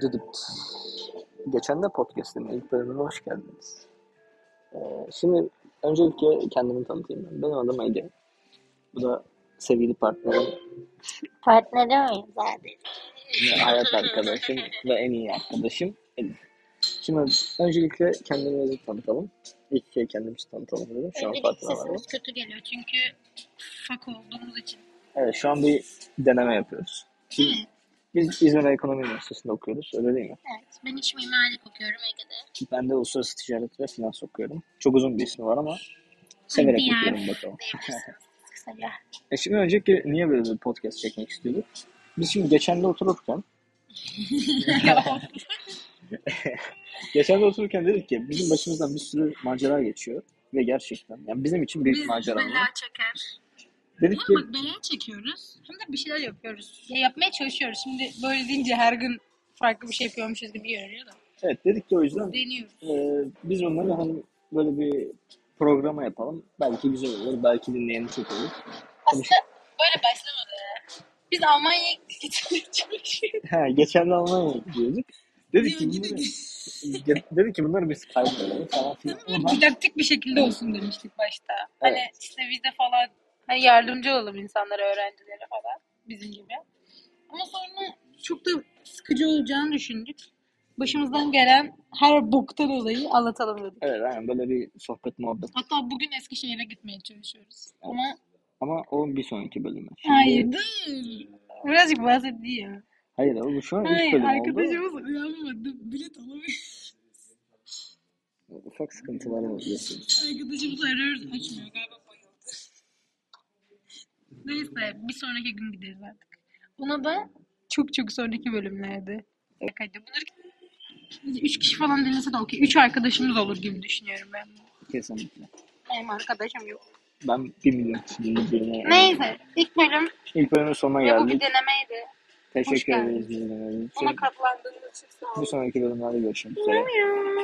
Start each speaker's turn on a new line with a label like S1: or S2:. S1: Dıdıpt. Geçen de podcast'in ilk bölümüne hoş geldiniz. Ee, şimdi öncelikle kendimi tanıtayım ben. Benim adım Ege. Bu da sevgili partnerim,
S2: Partnerim miyim zaten?
S1: ve hayat arkadaşım ve en iyi arkadaşım Elif. Şimdi öncelikle kendimizi tanıtalım. İlk kez kendimizi tanıtalım dedim. Şu an
S2: Öncelik
S1: farkına vardım.
S2: sesimiz kötü geliyor çünkü fak olduğumuz için.
S1: Evet şu an bir deneme yapıyoruz.
S2: Değil mi?
S1: Biz İzmir Ekonomi Üniversitesi'nde okuyoruz öyle değil mi?
S2: Evet. Ben iç mimarlık okuyorum Ege'de.
S1: Ben de uluslararası ticaret ve finans okuyorum. Çok uzun bir ismi var ama severek
S2: Hadi ya.
S1: okuyorum bakalım.
S2: Diyebilirsiniz kısaca.
S1: E şimdi önceki niye böyle bir podcast çekmek istiyorduk? Biz şimdi geçen de otururken geçen de otururken dedik ki bizim başımızdan bir sürü macera geçiyor ve gerçekten yani bizim için büyük
S2: Biz
S1: macera bunlar.
S2: bela çeker.
S1: Dedik ki
S2: Ama bak bela çekiyoruz. Hem de bir şeyler yapıyoruz. Ya yapmaya çalışıyoruz. Şimdi böyle deyince her gün farklı bir şey yapıyormuşuz gibi görünüyor da.
S1: evet dedik ki o yüzden
S2: Deniyoruz.
S1: e, biz onları hani böyle bir programa yapalım. Belki güzel olur, belki dinleyeni çok olur.
S2: Aslında böyle başlamadı. ya. Biz Almanya'ya gitmeye çalışıyoruz.
S1: Ha, geçen de Almanya'ya gidiyorduk. Dedik ki,
S2: Bir önceki
S1: bunları, dedik ki bunları biz kaydedelim falan filan. Ama
S2: didaktik bir şekilde olsun demiştik başta. Hani işte vize falan hani yardımcı olalım insanlara, öğrencilere falan bizim gibi. Ama sonra çok da sıkıcı olacağını düşündük. Başımızdan gelen her boktan olayı anlatalım dedik.
S1: Evet yani böyle bir sohbet muhabbet.
S2: Hatta bugün Eskişehir'e gitmeye çalışıyoruz. Ama
S1: Ama o bir sonraki bölümü. Şimdi-
S2: hayır değil. Birazcık bahsediyor.
S1: Hayır ama bu şu an ilk
S2: Hayır
S1: bölüm
S2: arkadaşımız uyanmadı. Bilet alamıyoruz.
S1: oldu. Ufak sıkıntılar oluyorsun.
S2: Arkadaşımızı arıyoruz açmıyor galiba bayıldı. Neyse bir sonraki gün gideriz artık. Ona da çok çok sonraki bölümlerde. Hadi bunları üç kişi falan dinlese de okey. Üç arkadaşımız olur gibi düşünüyorum ben.
S1: Kesinlikle.
S2: Benim arkadaşım yok.
S1: Ben bir milyon kişinin birine
S2: Neyse ilk bölüm
S1: İlk bölümün sonuna
S2: ve bu bir
S1: geldik.
S2: denemeydi.
S1: Teşekkür
S2: geldin.
S1: ederiz. dinlediğiniz için.
S2: Ona katlandığınız için sağ
S1: Bir
S2: olun.
S1: sonraki bölümlerde görüşmek üzere.